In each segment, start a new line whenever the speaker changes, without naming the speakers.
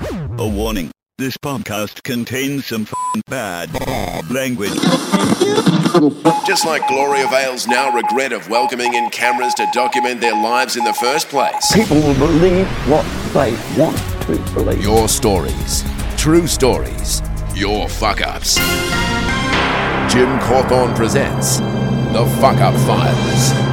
A warning. This podcast contains some f***ing bad language.
Just like Gloria Vale's now regret of welcoming in cameras to document their lives in the first place.
people will believe what they want to believe.
Your stories. True stories. Your fuck ups. Jim Cawthorne presents The Fuck Up Files.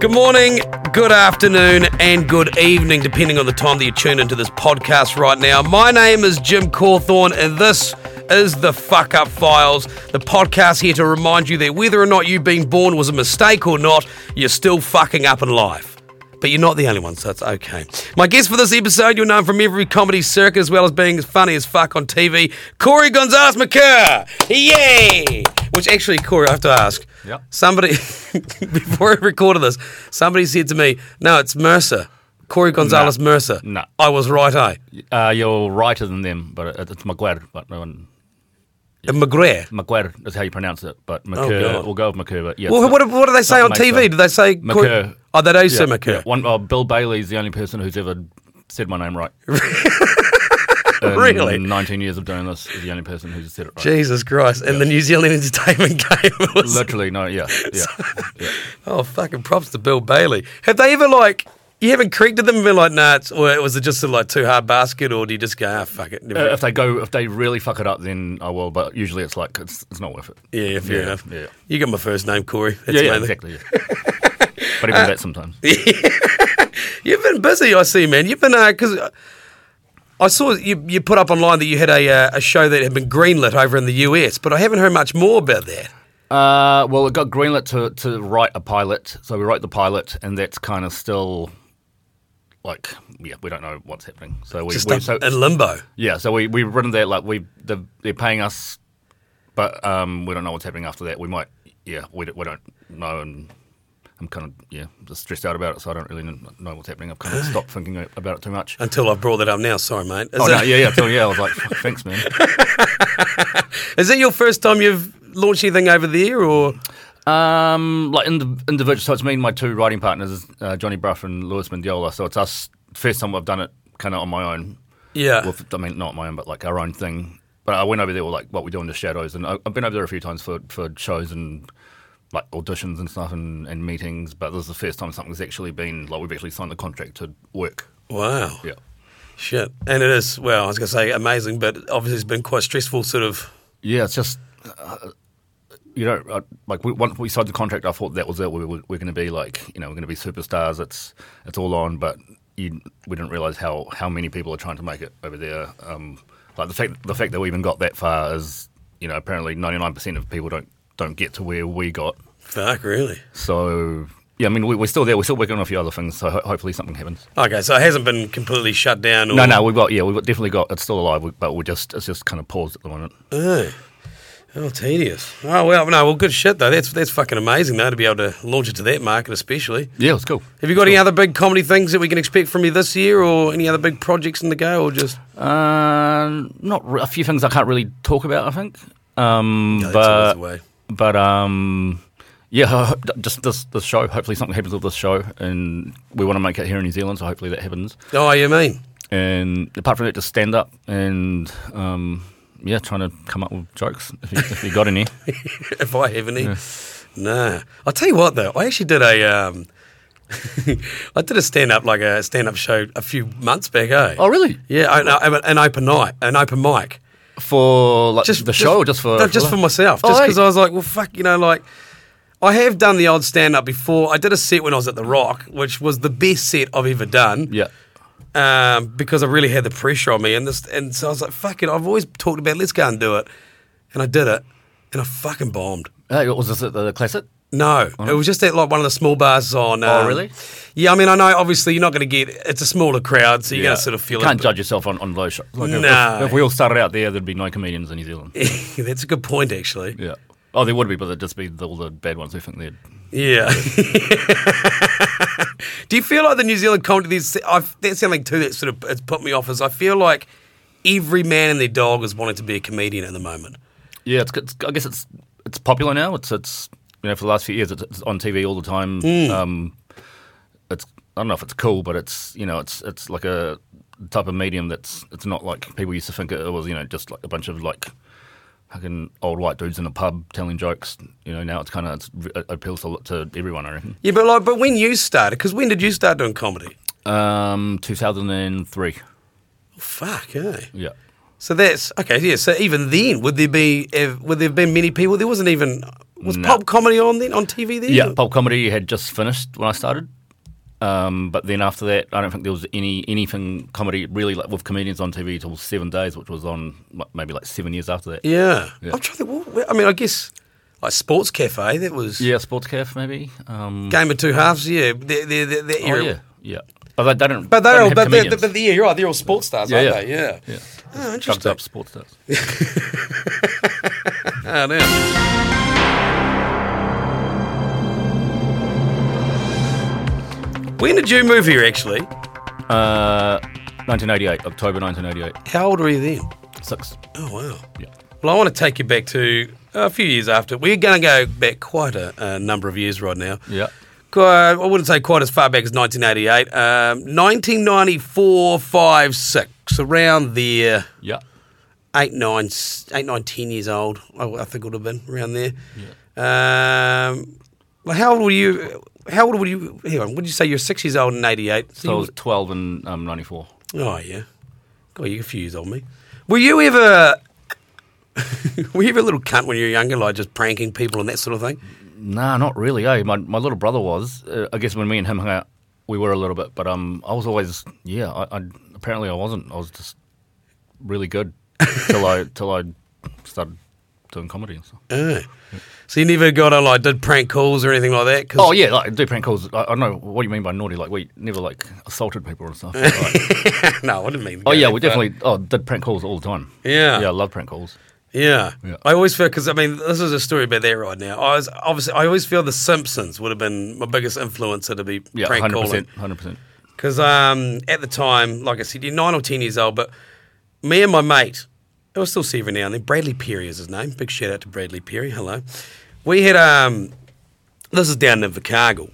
Good morning, good afternoon, and good evening, depending on the time that you tune into this podcast right now. My name is Jim Cawthorne, and this is the Fuck Up Files, the podcast here to remind you that whether or not you being born was a mistake or not, you're still fucking up in life. But you're not the only one, so it's okay. My guest for this episode, you'll know him from every comedy circuit as well as being as funny as fuck on TV, Corey Gonzalez McCurr. Yay! Which actually, Corey, I have to ask.
Yep.
Somebody, before I recorded this, somebody said to me, no, it's Mercer. Corey Gonzalez Mercer.
No.
I was right, eh?
Uh, you're righter than them, but it, it's McGuire. But no one,
And McGrath.
McGuire is how you pronounce it. But
Oh,
McCurr,
God.
we'll go with McCurr. But yeah,
Well,
it's
what,
not-
what do they say on
not
TV?
Mesa.
Do they say Corey-
McCurr.
Oh, they do say
Yeah,
McCurr.
yeah. One, oh, Bill Bailey's the only person who's ever said my name right. In
Really?
19 years of doing this is the only person who's said it right.
Jesus Christ. And the New Zealand Entertainment Game was
Literally, no, yeah, yeah. yeah.
Oh, fucking props to Bill Bailey. Have they ever like you haven't creaked at them and been like, nah, it's, or was it just a, like too hard basket, or do you just go, ah, fuck it?
Uh, if they go, if they really fuck it up, then I will. But usually, it's like it's, it's not worth it.
yeah, fair enough.
yeah.
You got my first name, Corey. That's
yeah, yeah,
amazing.
exactly. Yeah. but
Uh,
even that sometimes.
You've been busy, I see, man. You've been because I saw you you put up online that you had a uh, a show that had been greenlit over in the US, but I haven't heard much more about that.
Uh, well, it got greenlit to, to write a pilot, so we wrote the pilot, and that's kind of still like yeah, we don't know what's happening. So we,
Just
we
up
so
in limbo.
yeah, so we we've written that like we they're, they're paying us, but um, we don't know what's happening after that. We might yeah, we don't- we don't know, and I'm kind of yeah just stressed out about it, so I don't really kn- know what's happening. I've kind of stopped thinking about it too much.
Until I brought that up now. Sorry, mate. Is,
Oh
it,
no, yeah, yeah, so, yeah. I was like, "Fuck, thanks, man.
is it your first time you've launched anything over there, or
Um, like in the individual, so it's me and my two writing partners, uh, Johnny Bruff and Lewis Mendiola. So it's us. First time I've done it, kind of on my own.
yeah?
Well, I mean, not my own, but like our own thing. But I went over there, with, like what we do in the shadows, and I, I've been over there a few times for for shows and like auditions and stuff and, and meetings. But this is the first time something's actually been like we've actually signed the contract to work.
wow.
Yeah.
Shit. And it is, well, I was going to say amazing, but obviously it's been quite stressful, sort of.
Yeah, it's just uh, you know, uh, like we, once we signed the contract, I thought that was it. We were, we're going to be like, you know, we're going to be superstars. It's it's all on, but you, we didn't realize how how many people are trying to make it over there. Um, like the fact the fact that we even got that far is, you know, apparently ninety nine percent of people don't don't get to where we got.
Fuck, really?
So yeah, I mean, we, we're still there. We're still working on a few other things. So ho- hopefully something happens.
Okay, so it hasn't been completely shut down. Or,
No, no, we've got yeah, we've got, definitely got. It's still alive, but we're just it's just kind of paused at the moment.
Oh, Eh. tedious. Oh, well, no, well, good shit, though. That's that's fucking amazing, though, to be able to launch it to that market, especially.
Yeah, it's cool.
Have you got any other big comedy things that we can expect from you this year, or any other big projects in the go, or just.
Uh, not re- a few things I can't really talk about. I think, um,
No, that's always
but
the way.
but um, yeah, I hope- just this this show. Hopefully, something happens with this show, and we want to make it here in New Zealand. So hopefully that happens.
Oh, you mean?
And apart from that, just stand up and um, yeah, trying to come up with jokes if you, if you got any.
if I have any. Nah. I'll tell you what though, I actually did a um I did a stand up like a stand up show a few months back, eh?
Oh, really?
Yeah, I, I, an open night, an open mic.
For like
Just
the show, or just for
no, just for myself.
Oh,
Just
hey.
because I was like, well fuck, you know, like I have done the old stand up before. I did a set when I was at The Rock, which was the best set I've ever done.
yeah.
Um, because I really had the pressure on me and this and so I was like, fuck it, I've always talked about let's go and do it. And I did it and I fucking bombed.
Hey, what was this at the classic?
No, it was just at like one of the small bars on.
Oh,
um,
really?
Yeah, I mean, I know obviously you're not going to get. It's a smaller crowd, so you're going
Yeah.
to sort of feel.
you can't
it,
judge yourself on, on those shows. Like, if-
No.
if, if we all started out there, there'd be no comedians in New Zealand.
judge. That's a good point, actually.
Yeah. Oh, there would be, but it'd just be the, all the bad ones who think they're.
Yeah. Do you feel like the New Zealand comedy? There's, I've, that's something too that sort of has put me off. Is I feel like every man and their dog is wanting to be a comedian at the moment.
Yeah, it's, it's, I guess it's it's popular now. It's it's you know for the last few years it's, it's on TV all the time. Um, it's I don't know if it's cool, but it's you know it's it's like a the type of medium that's it's not like people used to think it was. You know, just like a bunch of like fucking old white dudes in a pub telling jokes. You know, now it's kind of it appeals to, to everyone. I reckon.
Yeah, but like, but when you started, because when did you start doing comedy?
Um, two thousand and three. Oh,
Fuck, eh?
Yeah.
So that's okay. Yeah. So even then, would there be ev- would there have been many people? There wasn't even was
No.
pop comedy on then on TV then.
Yeah, pulp comedy had just finished when I started. Um, but then after that, I don't think there was any anything comedy really like with comedians on TV till Seven Days, which was on like, maybe like seven years after that.
yeah.
Yeah.
I'm trying to. think, well, I mean, I guess like Sports Cafe. That was
Yeah, Sports Cafe maybe. Um,
Game of Two Halves. Yeah. They're, they're, they're, they're
oh, yeah, yeah. But they, they don't.
But
they
they're
don't
all,
have
but, they're,
comedians.
but yeah, you're right. They're all sports stars,
Yeah,
aren't
yeah.
they? Yeah.
yeah,
Oh,
chugged
interesting.
up sports stars.
Ah, now. When did you move here? Actually,
Uh, 1988, October 1988,
how old were you then?
six.
Oh wow.
Yeah.
Well, I want to take you back to a few years after. We're going to go back quite a, a number of years right now.
Yeah.
Qu- I wouldn't say quite as far back as 1988. Um, 1994, 5, 6, around there,
Yeah.
8, 9, s- eight, nine, 10 years old, I, I think it would have been, around there. Um, well, how old were you? How old were you? Hang on, would you say you're six years old in 88?
So I was 12 and um, 94.
Oh yeah, God, you're a few years old me. Were you ever? were you ever a little cunt when you were younger, like just pranking people and that sort of thing?
Nah, not really. Eh? My my little brother was. Uh, I guess when me and him hung out, we were a little bit. But um, I was always yeah. I, I apparently I wasn't. I was just really good till I till I started doing comedy and stuff.
Oh. So you never got on like did prank calls or anything like that? 'Cause-
Oh yeah, like I do prank calls. I, I know what do you mean by naughty. Like we never like assaulted people and stuff. Like,
no, I didn't mean. to go
oh yeah,
that
we
far.
definitely oh did prank calls all the time.
Yeah.
yeah, I love prank calls.
Yeah.
Yeah.
I always feel because I mean this is a story about that right now. I was obviously I always feel the Simpsons would have been my biggest influencer to be
Yeah,
prank
hundred
calling.
percent, hundred percent.
Because um, at the time, like I said, you're nine or ten years old, but me and my mate, I was still see every now and then. Bradley Perry is his name. Big shout out to Bradley Perry. Hello. We had um, this is down in Invercargill.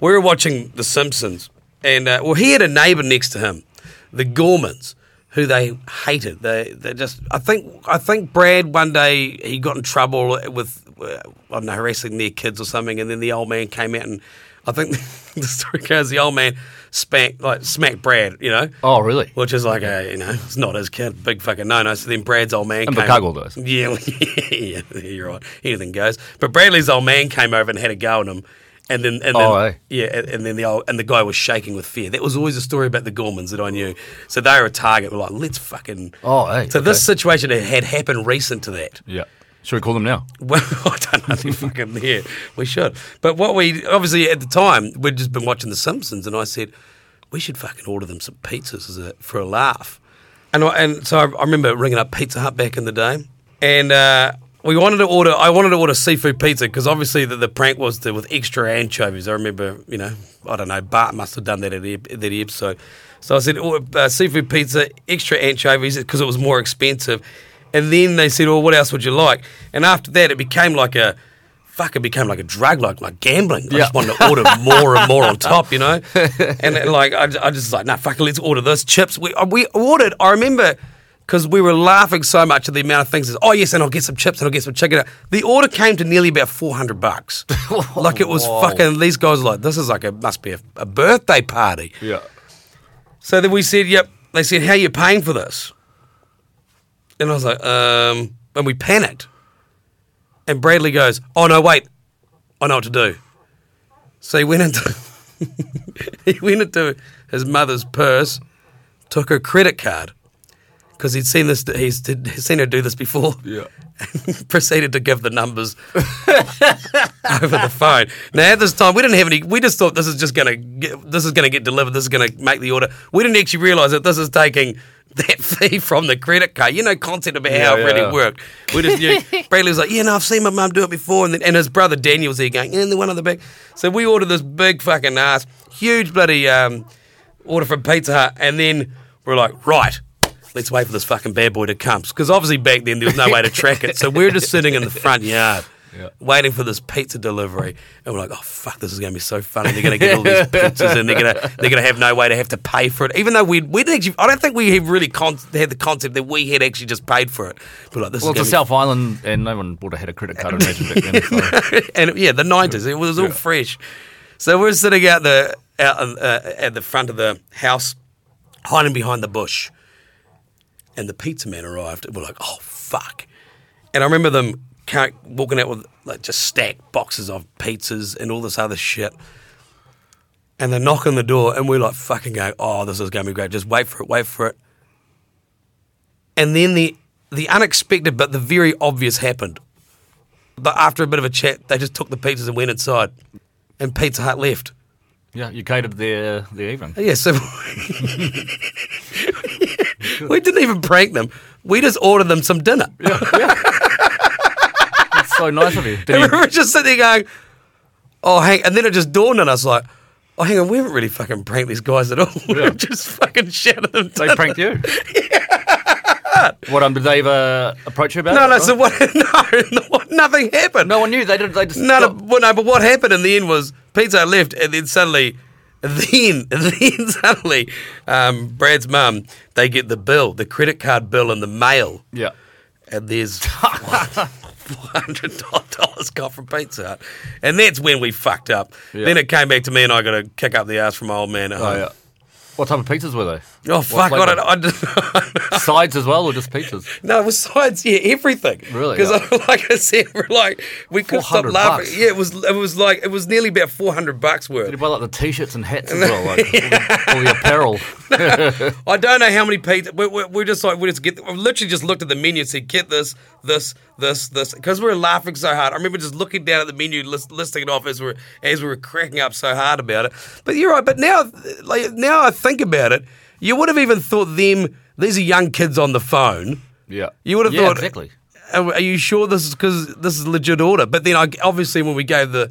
We were watching The Simpsons, and uh, well, he had a neighbour next to him, the Gormans, who they hated. They they just I think I think Brad one day he got in trouble with uh, I don't know harassing their kids or something, and then the old man came out and I think the story goes the old man spanked like smacked Brad, you know.
Oh really?
Which is like a, you know, it's not his kid, big fucking no no. So then Brad's old man
And
came.
Chicago does.
Yeah, well, yeah, you're right. Anything goes. But Bradley's old man came over and had a go at him. And then, and then
Oh, eh?
yeah, and, and then the old, and the guy was shaking with fear. That was always a story about the Gormans that I knew. So they were a target. We're like, let's fucking.
Oh, hey,
so this
okay.
situation had- had happened recent to that.
Yeah. Should we call them now?
Well, I don't know if they fucking there. We should. But what we obviously at the time we'd just been watching The Simpsons, and I said we should fucking order them some pizzas as a, for a laugh. And I, and so I, I remember ringing up Pizza Hut back in the day, and uh, we wanted to order. I wanted to order seafood pizza because obviously the, the prank was the, with extra anchovies. I remember, you know, I don't know. Bart must have done that at the, ep- that episode. So I said oh, uh, seafood pizza, extra anchovies because it was more expensive. And then they said, "Well, what else would you like?" And after that, it became like a fuck. It became like a drug, like like gambling. I just
Yeah.
wanted to order more and more on top, you know. And then, like I, ju- I just was like, nah, fuck it, let's order this chips. We uh, we ordered. I remember because we were laughing so much at the amount of things. Is, oh yes, and I'll get some chips and I'll get some chicken. The order came to nearly about four hundred bucks. like it was
Whoa.
fucking. These guys were like, this is like a must be a, a birthday party.
Yeah.
So then we said, yep. They said, how you paying for this? And I was like, um, and we panicked. And Bradley goes, oh, no, wait. I know what to do. So he went into, he went into his mother's purse, took her credit card, because he'd seen this, he's, he'd seen her do this before.
Yeah.
proceeded to give the numbers over the phone. Now at this time we didn't have any. We just thought this is just gonna get, this is gonna get delivered. This is gonna make the order. We didn't actually realise that this is taking that fee from the credit card. You know concept about how
Yeah,
it really
yeah.
worked. We just knew. Bradley was like, yeah, no, I've seen my mum do it before, and then, and his brother Daniel was there going, and the one on the back. So we ordered this big fucking ass, huge bloody um, order from Pizza Hut, and then we're like, right. Let's wait for this fucking bad boy to come. Because obviously back then there was no way to track it. So we're just sitting in the front yard waiting for this pizza delivery, and we're like, "Oh fuck, this is going to be so funny." They're going to get all these pizzas, and they're going to they're going to have no way to have to pay for it. Even though we we actually, I don't think we had really con- had the concept that we had actually just paid for it. But like, this
Well, it's a
is gonna
South Island, and no one would have had a credit card, I imagine, back then. so-
be- and yeah, the nineties, it was all fresh. So we're sitting out the out uh, at the front of the house, hiding behind the bush, and the pizza man arrived. We're like, "Oh fuck." And I remember them ca- walking out with like just stacked boxes of pizzas and all this other shit. And they knock on the door, and we're like fucking going, "Oh, this is going to be great. Just wait for it, wait for it." And then the the unexpected but the very obvious happened. But after a bit of a chat, they just took the pizzas and went inside, and Pizza Hut left. Oh,
Yeah, you uh, catered their, their evening.
Yeah, so we didn't even prank them. We just ordered them some dinner.
That's so nice of you. Did
And
you
we were just sitting there going, oh, hang. And then it just dawned on us like, oh, hang on, we haven't really fucking pranked these guys at all.
Yeah.
We've just fucking shouted them
they
dinner.
pranked you? What, um, did they ever approach you about
No,
it?
no, so what? No, no, nothing happened.
Oh. No one knew. They didn't. They just.
No, no, well, no, but what happened in the end was Pizza Hut left, and then suddenly, then, then suddenly, um, Brad's mum, they get the bill, the credit card bill in the mail,
Yeah.
and there's $400 got from Pizza Hut. And that's when we fucked up.
Yeah.
Then it came back to me, and I got to kick up the ass from my old man at home.
Oh, yeah. What type of pizzas were they?
Oh, fuck, I
flavour?
don't, I don't
Sides as well, or just pizzas?
No, it was sides. Yeah, everything.
Really?
Because
Yeah.
like I said, we're like we could stop
400
laughing.
bucks.
Yeah, it was. It was like it was nearly about four hundred bucks
Did you
worth.
buy like the t-shirts and hats as well, like all, the, all the apparel?
I don't know how many pizza. We're, we're, we're just like we just get. I literally just looked at the menu and said, "Get this, this, this, this," because we were laughing so hard. I remember just looking down at the menu, list, listing it off as we are as we were cracking up so hard about it. But you're right. But now, like now, I think about it, you would have even thought them. These are young kids on the phone.
Yeah,
You would have
Yeah,
thought
exactly.
Are, are you sure this is because this is legit order? But then, I, obviously, when we gave the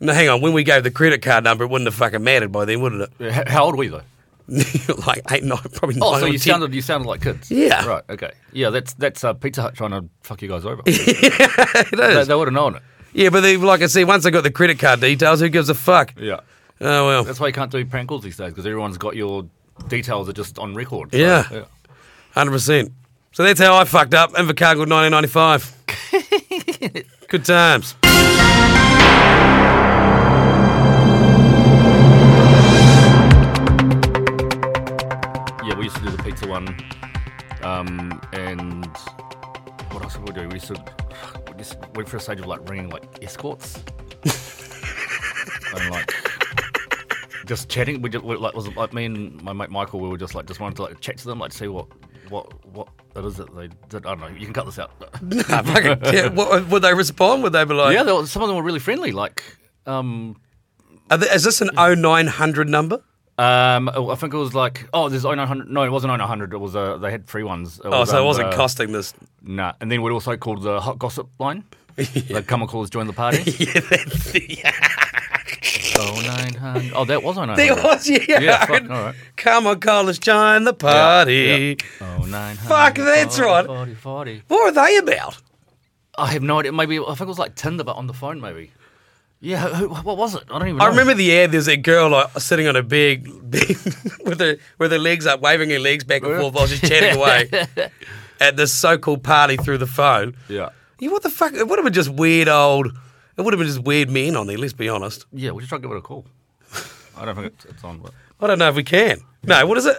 no, hang on, when we gave the credit card number, it wouldn't have fucking mattered by then, wouldn't
Yeah, How, how old were you though?
it? like eight, nine, probably
Oh,
nine.
so
or
you
10.
sounded you sounded like kids.
Yeah.
Right. Okay. Yeah, that's that's uh, Pizza Hut trying to fuck you guys over. they,
It is.
they would have known it.
yeah, but they, like I say, once I got the credit card details, who gives a fuck?
Yeah.
Oh well,
That's why you can't do prank calls these days because everyone's got your details are just on record. so,
Yeah. hundred percent. So that's how I fucked up. Invercargill, nineteen ninety five. Good times.
yeah. We used to do the pizza one, um, and what else did we do? We used to we just went for a stage of like ringing like escorts and like. Just chatting, we just we, like was like me and my mate Michael. We were just like just wanted to like chat to them, like see what what what it is that they did. I don't know. You can cut this out.
Nah, fucking, yeah, what, would they respond? Would they be like,
Yeah, they were, some of them were really friendly. Like, um,
are they- "Is this an 0900 number?"
um, I think it was like, oh, there's 0900. No, it wasn't 0900. It was uh, they had free ones.
Oh, so it wasn't
uh,
costing this.
Nah, and then we'd also called the hot gossip line. The come and call us join the party.
Yeah, that's, yeah.
oh, 0900. Oh, that was 0900.
There was, yeah.
Yeah, fuck, all right.
Come on, Carlos, join the party.
Oh, 0900.
Fuck, that's
40,
right.
40, 40.
What were they about?
I have no idea. Maybe I think it was like Tinder, but on the phone, maybe. Yeah, who, what was it? I don't even. know.
I remember the ad. There's that girl like sitting on a big, big with her with her legs up, waving her legs back and forth while she's chatting away at this so-called party through the phone.
Yeah.
You what the fuck? It would have been just weird old. It would have been just weird men on there. Let's be honest.
Yeah, we should try to give it a call. I don't think it's, it's on, but.
I don't know if we can. No, what is it?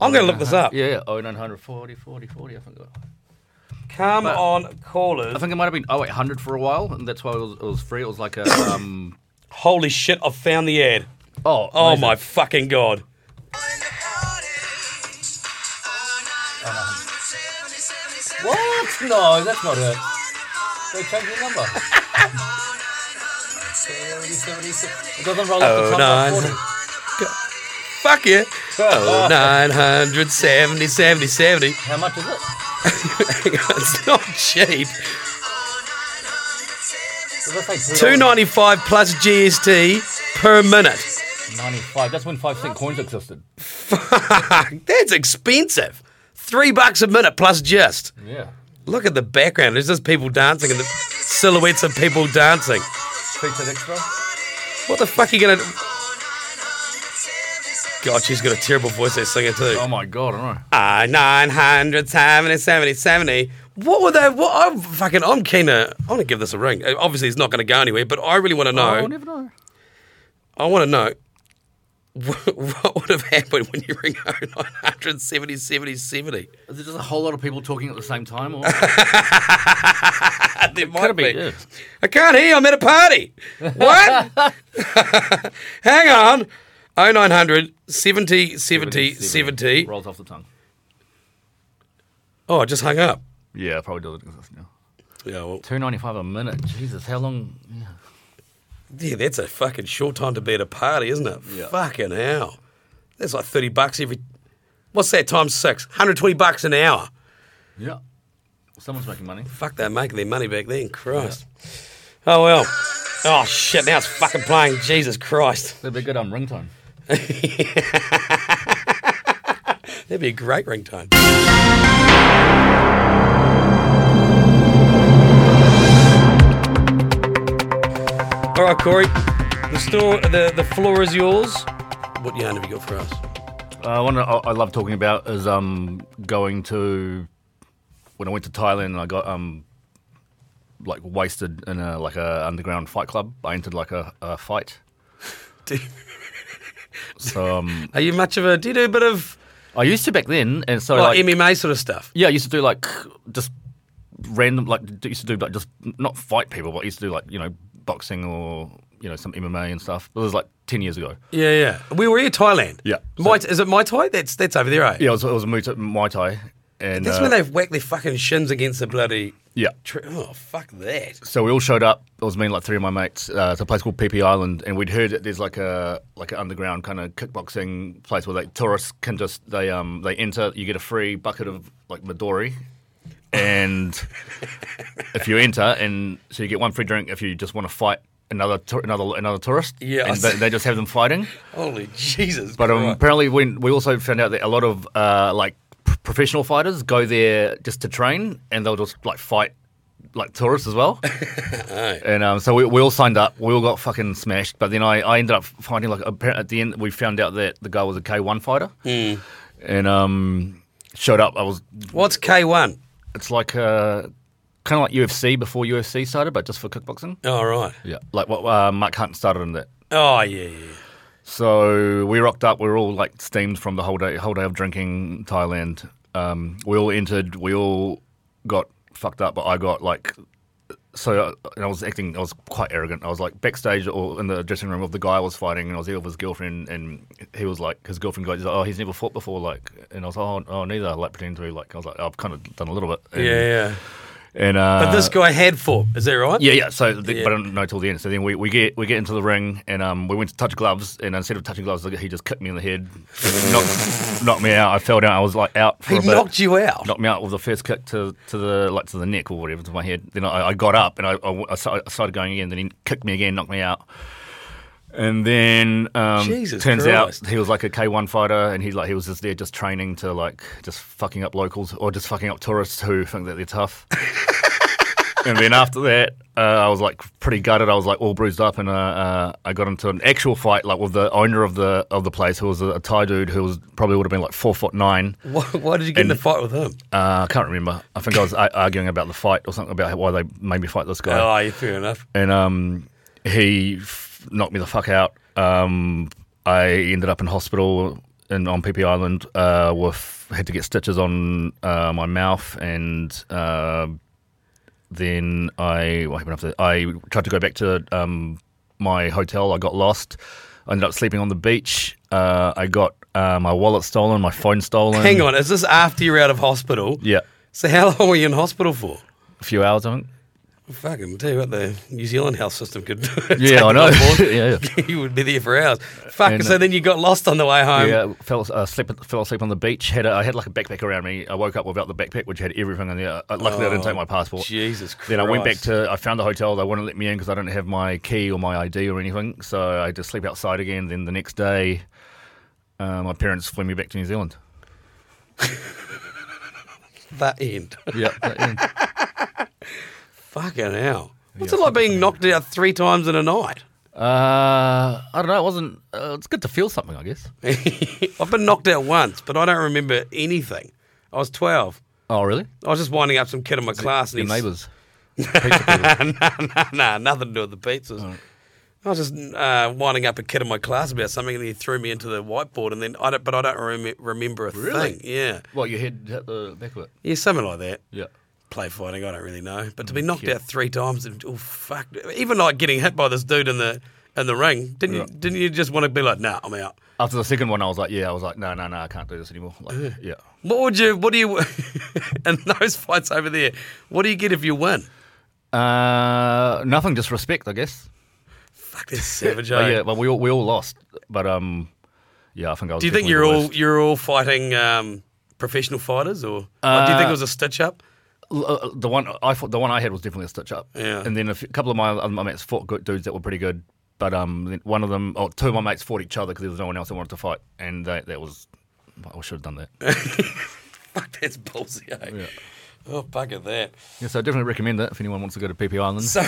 I'm going to look this up.
Yeah, Oh, yeah. 0900, 40, 40, 40, I think. it was.
Come on,
I
callers.
think it might have been 0800 for a while, and that's why it was, it was free. It was like a um.
Holy shit! I've found the ad.
Oh,
Oh
amazing.
my fucking god.
What? No, that's not it. They changed the number. It doesn't roll off the
Oh,
top
nine.
like 40.
Fuck yeah. Oh, 970, 70, 70.
How much is it?
it's not cheap.
Does that say
Two ninety five plus GST per minute.
95. That's when 5 cent coins existed.
Fuck, that's expensive. Three bucks a minute plus just.
Yeah.
Look at the background. There's just people dancing in the silhouettes of people dancing.
Featured extra.
What the fuck are you gonna? God, she's got a terrible voice. That singer too.
Oh my god,
Ah,
I know.
970, 70, 70. What were they? What I'm fucking. I'm keen to. I want to give this a ring. Uh, Obviously, it's not going to go anywhere, but I really want to know.
I'll never know.
I want to know what, what would have happened when you ring oh, 0970 70 70.
Is there just a whole lot of people talking at the same time? Or?
There might be.
been, yeah.
I can't hear. you, I'm at a party. What? Hang on. Oh, 0900 70 70 70.
Rolls off the tongue.
Oh, I just hung up.
Yeah, I probably do it now.
Yeah, well,
Two ninety five a minute. Jesus, how long? Yeah.
yeah, that's a fucking short time to be at a party, isn't it?
Yeah.
Fucking hell. That's like 30 bucks every. What's that times six? 120 bucks an hour.
yeah. Someone's making money.
Fuck, they're making their money back then. Christ. Oh, well. Oh, shit. Now it's fucking playing. Jesus Christ.
That'd be a good um, ringtone.
That'd be a great ringtone. All right, Corey. The store, the, the floor is yours. What yarn have you got for us?
Uh, one I, I love talking about is um going to when I went to Thailand. I got um like wasted in a like a underground fight club. I entered like a, a fight.
Do-
So um,
Are you much of a? Do you do a bit of
I used to back then, and so
like,
like,
MMA sort of stuff?
yeah, I used to do like just random like d- used to do like just not fight people, but I used to do like you know boxing or you know some MMA and stuff. It was like ten years ago.
Yeah, yeah. We were in Thailand.
Yeah.
Mai, is it Mai Tai? That's that's over there, eh?
Yeah, it was, it was Muay Thai- Muay Thai, and
That's
uh,
when they've whacked their fucking shins against the bloody.
yeah.
Tr- oh fuck that!
so we all showed up. It was me and like three of my mates. Uh, it's a place called PP Island, and we'd heard that there's like a like an underground kind of kickboxing place where like tourists can just they um they enter. You get a free bucket of like Midori, and if you enter, and so you get one free drink if you just want to fight another tour another another tourist.
Yeah, I
and they,
see.
they just have them fighting.
Holy Jesus!
But um,
Christ.
apparently, when we also found out that a lot of uh, like p- professional fighters go there just to train, and they'll just like fight like tourists as well. And um, so we, we all signed up. We all got fucking smashed. But then I, I ended up finding like apparent- at the end we found out that the guy was a K one fighter, and um, showed up. I was
what's K one?
it's like uh, kind of like UFC before UFC started, but just for kickboxing.
All Oh, right.
Yeah, like what uh, Mark Hunt started in that.
Oh yeah, yeah.
So we rocked up. We were all like steamed from the whole day, whole day of drinking Thailand. Um, we all entered. We all got fucked up, but I got like. So uh, and I was acting. I was quite arrogant. I was like backstage or in the dressing room of the guy I was fighting, and I was there with his girlfriend, and he was like, his girlfriend goes, "Oh, he's never fought before," like, and I was, "Oh, oh neither." Like pretending to be like, I was like, "I've kind of done a little bit." And,
Yeah, yeah.
And uh,
But this guy had four. Is that right?
yeah, yeah. So, the,
Yeah.
but I didn't know till the end. So then we, we get we get into the ring, and um, we went to touch gloves, and instead of touching gloves, he just kicked me in the head, knocked, knocked me out. I fell down. I was like out for
He
a bit.
knocked you out.
Knocked me out with the first kick to, to the like to the neck or whatever to my head. Then I, I got up and I, I, I started I started going again. Then he kicked me again, knocked me out. And then um,
Jesus
turns
Christ.
out he was like a K one fighter, and he like he was just there just training to like just fucking up locals or just fucking up tourists who think that they're tough. and then after that, uh, I was like pretty gutted. I was like all bruised up, and uh, uh, I got into an actual fight like with the owner of the of the place, who was a, a Thai dude who was probably would have been like four foot nine.
Why, why did you get in a fight with him?
Uh, I can't remember. I think I was ar- arguing about the fight or something about why they made me fight this guy.
Oh, yeah, fair enough.
And um, he f- knocked me the fuck out. Um, I ended up in hospital in, on PP Island uh, with had to get stitches on uh, my mouth, and uh, then I what happened after that? I tried to go back to um, my hotel. I got lost. I ended up sleeping on the beach. Uh, I got uh, my wallet stolen, my phone stolen.
Hang on, is this after you're out of hospital?
Yeah,
So how long were you in hospital for?
a few hours, I think.
Fucking tell you what, the New Zealand health system could. take
Yeah, I know.
on board.
yeah, yeah.
you would be there for hours. Fuck.
And,
so
uh,
then you got lost on the way home.
yeah, fell uh, slept, fell asleep on the beach. Had a, I had like a backpack around me. I woke up without the backpack, which had everything in there. Uh, Luckily, I didn't take my passport.
Oh, Jesus
Then I went back
Christ.
to. I found the hotel. They wouldn't let me in because I didn't have my key or my ID or anything. So I had to sleep outside again. Then the next day, uh, my parents flew me back to New Zealand.
That end.
Yeah,
Fucking hell. What's it like being knocked out three times in a night?
Uh, I don't know. It wasn't. Uh, it's good to feel something, I guess.
I've been knocked out once, but I don't remember anything. I was 12.
Oh, really?
I was just winding up some kid in my class,
Your
and he's
neighbours. Pizza people.
nah, nothing to do with the pizzas. I was just uh, winding up a kid in my class about something, and he threw me into the whiteboard, and then I don't, but I don't rem- remember a
Really?
thing. Yeah,
Well, your head hit the back of it.
yeah, something like that.
Yeah.
Play fighting, I don't really know, but
Mm,
to be knocked out three times, and, oh fuck! Even like getting hit by this dude in the in the ring, didn't you? Didn't you just want to be like, nah, I'm out?
After the second one, I was like, yeah, I was like, no, no, no, I can't do this anymore. Like, yeah.
What would you? What do you? and those fights over there, what do you get if you win?
Uh, nothing, just respect, I guess.
Fuck this savage.
But
eh?
Oh, yeah, but we all, we all lost. But um, yeah, I think I was.
Do you think
definitely
you're
the
all
worst.
you're all fighting um, professional fighters, or, or do you think it
Uh,
was a stitch up?
L- uh, the one I thought the one I had was definitely a stitch up.
Yeah.
And then a few- couple of my other my mates fought good dudes that were pretty good, but um, then one of them oh, two of my mates fought each other because there was no one else that wanted to fight, and they, that was I should have done that.
Fuck, that's ballsy. eh? Oh, bugger that.
yeah, so I definitely recommend that if anyone wants to go to PP Island.
So,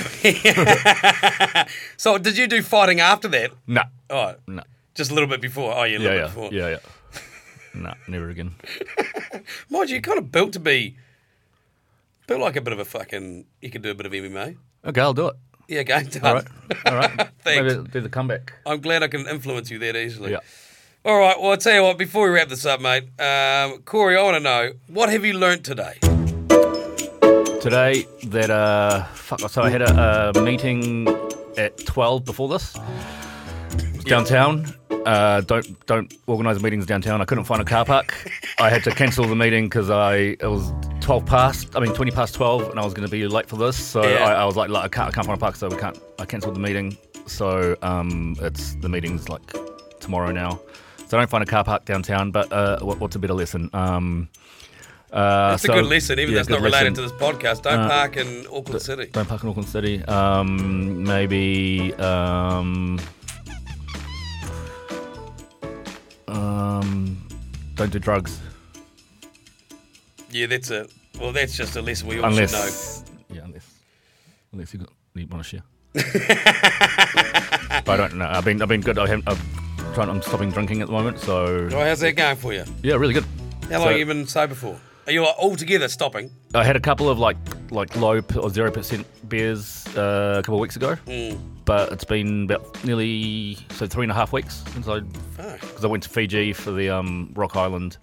so did you do fighting after that?
no,
Oh,
no,
just a little bit before. Oh, yeah, a
yeah,
little
yeah,
bit before.
yeah, yeah. no, never again.
Mind you, you're kind of built to be built like a bit of a fucking. You could do a bit of MMA.
Okay, I'll do it.
Yeah, okay, done.
All right, all right.
Ah, Thanks.
Maybe do the comeback.
I'm glad I can influence you that easily.
Yeah.
All right. Well, I'll tell you what, before we wrap this up, mate, um, Corey, I want to know what have you learnt today?
today that uh fuck so I had a, a meeting at 12 before this It was downtown uh don't don't organize meetings downtown I couldn't find a car park I had to cancel the meeting because I it was 12 past I mean 20 past 12 and I was going to be late for this so
Yeah.
I, I was like, like I, can't, I can't find a park so we can't I cancelled the meeting so um it's the meeting's like tomorrow now so I don't find a car park downtown but uh what, what's a better lesson um uh,
That's
so-
a good lesson, even
yeah,
though it's not
good Uh,
related
lesson.
to this podcast. Don't park in Auckland City.
Don't park in Auckland City. Um, maybe. Um, um, don't do drugs
Yeah, that's a well. That's just a lesson we all should
unless. Yeah, unless. Unless you, got, you want to share. but I don't know. I've been I've been good. I haven't. I've tried, I'm stopping drinking at the moment,
know.
so
Well, how's that going for you?
yeah, really good.
How long
So-
have you been sober for? Are you altogether stopping?
I had a couple of like like low p- or zero percent beers uh, a couple of weeks ago, but it's been about nearly so three and a half weeks since I
Oh,
because I went to Fiji for the um, Rock Island,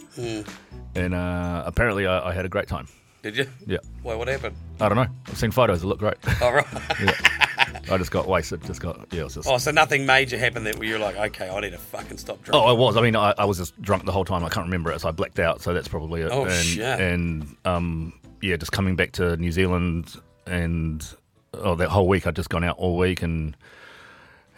and uh, apparently I, I had a great time.
Did you?
Yeah,
Why? What happened?
I don't know. I've seen photos; it looked great.
All right.
I just got wasted. Just got yeah. It was just,
Oh,
oh.
so nothing major happened that you're like, okay, I need to fucking stop drinking.
Oh, I was. I mean, I, I was just drunk the whole time. I can't remember it, so I blacked out. So that's probably it.
Oh,
and,
shit.
And um, yeah, just coming back to New Zealand and oh, that whole week I'd just gone out all week and.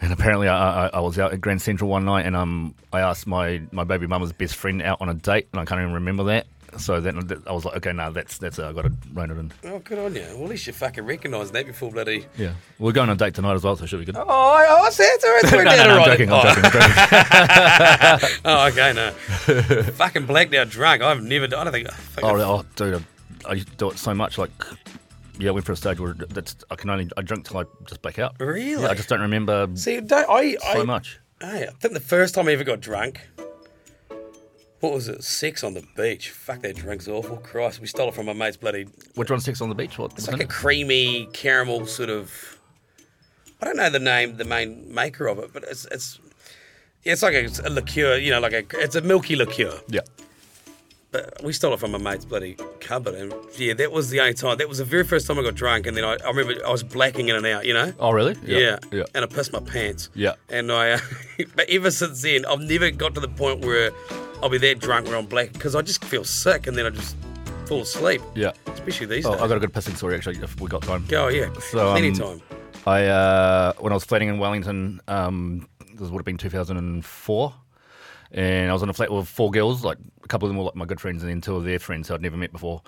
And apparently, I, I, I was out at Grand Central one night, and um, I asked my, my baby mama's best friend out on a date, and I can't even remember that. So then that- I was like, okay, no, that's that's it. I got to rein it in.
Oh, good on you. Well, at least you fucking recognise that before bloody.
Yeah, we're going on a date tonight as well, so it should be good.
Oh, oh, it's, it's, it's
no,
worked
no,
out
no,
all
I'm
right.
joking.
Oh.
I'm joking. I'm joking.
Oh, okay, no. Fucking blacked out drunk. I've never. I don't think. I think
Oh,
I've-
oh dude, I, I used to do it so much. Like, yeah, I went for a stage where that's I can only I drink till I just back out.
Really?
Yeah, I just don't remember
See, don't, I. I,
so much.
Hey, I think the first time I ever got drunk. What was it? Sex on the beach. Fuck, that drink's awful. Christ, we stole it from my mate's bloody.
Which one's Sex on the Beach? What?
It's
what's
like
in
a
it?
creamy caramel sort of. I don't know the name, the main maker of it, but it's it's. yeah, It's like a, it's a liqueur, you know, like a it's a milky liqueur.
yeah.
But we stole it from my mate's bloody cupboard, and yeah, that was the only time. That was the very first time I got drunk, and then I, I remember I was blacking in and out, you know.
Oh, really?
Yeah.
Yeah.
And I pissed my pants.
Yeah.
And I, uh, but ever since then, I've never got to the point where I'll be that drunk where I'm black because I just feel sick and then I just fall asleep.
Yeah.
Especially these
Oh,
days.
I got a good pissing story actually. If we got time.
Go, yeah.
So, um,
Anytime.
I uh, when I was flatting in Wellington, um, this would have been 2004, and I was in a flat with four girls. Like a couple of them were like my good friends, and then two of their friends who I'd never met before.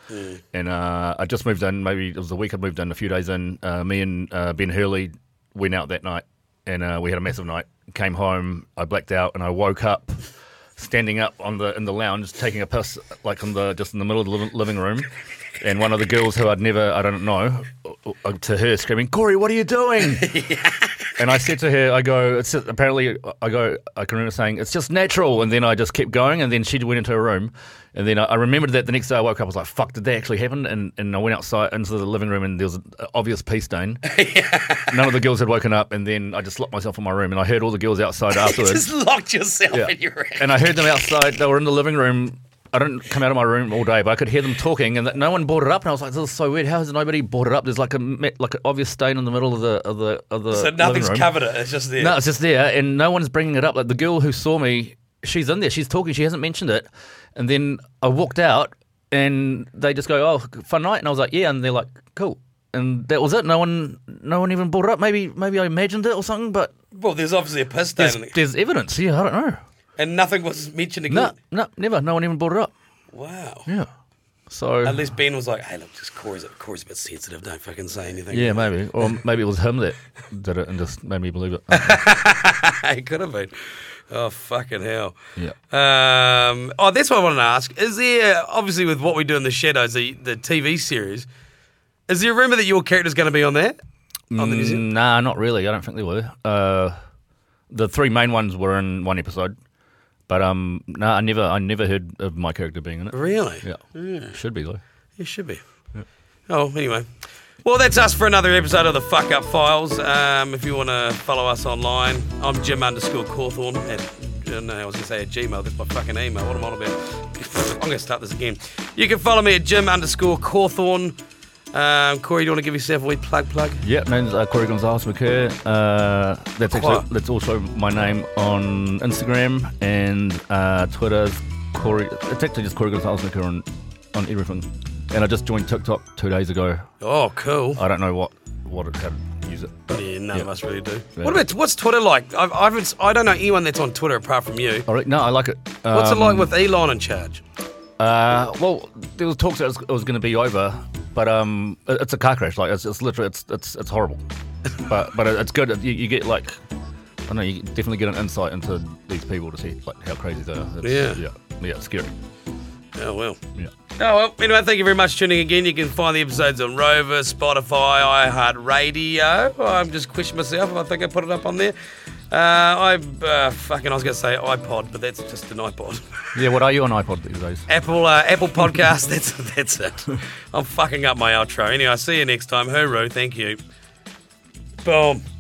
And uh, I just moved in. Maybe it was the week I moved in. A few days in, uh, me and uh, Ben Hurley went out that night, and uh, we had a massive night. Came home, I blacked out, and I woke up standing up on the in the lounge, taking a piss, like on the just in the middle of the li- living room, and one of the girls who I'd never, I don't know, uh, uh, to her screaming, "Corey, what are you doing?" And I said to her, I go, it's just, apparently, I go, I can remember saying, it's just natural. And then I just kept going. And then she went into her room. And then I, I remembered that the next day I woke up, I was like, fuck, did that actually happen? And, and I went outside into the living room and there was an obvious pee stain. None of the girls had woken up. And then I just locked myself in my room and I heard all the girls outside
You
afterwards.
just locked yourself
Yeah.
in your room.
And I heard them outside. They were in the living room. I didn't come out of my room all day, but I could hear them talking, and that no one brought it up. And I was like, "This is so weird. How has nobody brought it up?" There's like a me- like an obvious stain in the middle of the of the of the.
So nothing's
living room.
covered it. It's just there.
No, it's just there, and no one's bringing it up. Like the girl who saw me, she's in there. She's talking. She hasn't mentioned it. And then I walked out, and they just go, "Oh, fun night," and I was like, "Yeah," and they're like, "Cool." And that was it. No one, no one even brought it up. Maybe, maybe I imagined it or something. But
Well, there's obviously a piss stain,
there's,
in it.
there's evidence. Yeah, I don't know.
and nothing was mentioned again.
No, no, never. No one even brought it up.
Wow.
Yeah. So
Unless Ben was like, "Hey, look, just Corey's a, Corey's a bit sensitive. Don't fucking say anything."
yeah, maybe, or maybe it was him that did it and just made me believe it.
it could have been. Oh fucking hell!
Yeah.
Um, oh, that's what I wanted to ask. Is there obviously with what we do in the shadows, the, the TV series? Is there a rumor that your character's going to be on that? On the New Zealand?
Mm, Nah, not really. I don't think they were. Uh, the three main ones were in one episode, but um, no, I never, I never heard of my character being in it.
Really?
Yeah, should be though.
It should be. Oh, anyway. Well, that's us for another episode of the Fuck Up Files. Um, if you want to follow us online, I'm Jim underscore Cawthorn at, uh, no, I was going to say at Gmail. That's my fucking email. What am I on about? I'm going to start this again. You can follow me at Jim underscore Cawthorn. Um, Corey, do you want to give yourself a wee plug plug?
Yeah, name's uh, Corey Gonzalez McCur. Uh, that's
Qua.
actually that's also my name on Instagram and uh, Twitter. Corey, it's actually just Corey Gonzalez McCur on, on everything. And I just joined TikTok two days ago.
Oh, cool.
I don't know what what it, how to use it. but-
Yeah, none of us really do.
Yeah.
What about what's Twitter like? I've, I've I don't know anyone that's on Twitter apart from you.
All right, no, I like it.
What's
Um,
it like with Elon in charge?
Uh, well, there was talks that it was, going to be over, but um, it- it's a car crash. Like it's, it's literally it's it's it's horrible, but but it- it's good. You, you get like. I don't know you definitely get an insight into these people to see like how crazy they are. It's-
Yeah.
yeah, yeah, it's scary.
Oh well.
Yeah,
Oh, well, anyway, thank you very much for tuning again. You can find the episodes on Rover, Spotify, iHeartRadio. I'm just questioning myself if I think I put it up on there. Uh, I uh, fucking I was going to say iPod, but that's just an iPod.
yeah. What are you on iPod these days?
Apple uh, Apple Podcast. That's that's it. I'm fucking up my outro. Anyway, see you next time. Hooroo! Thank you. Boom.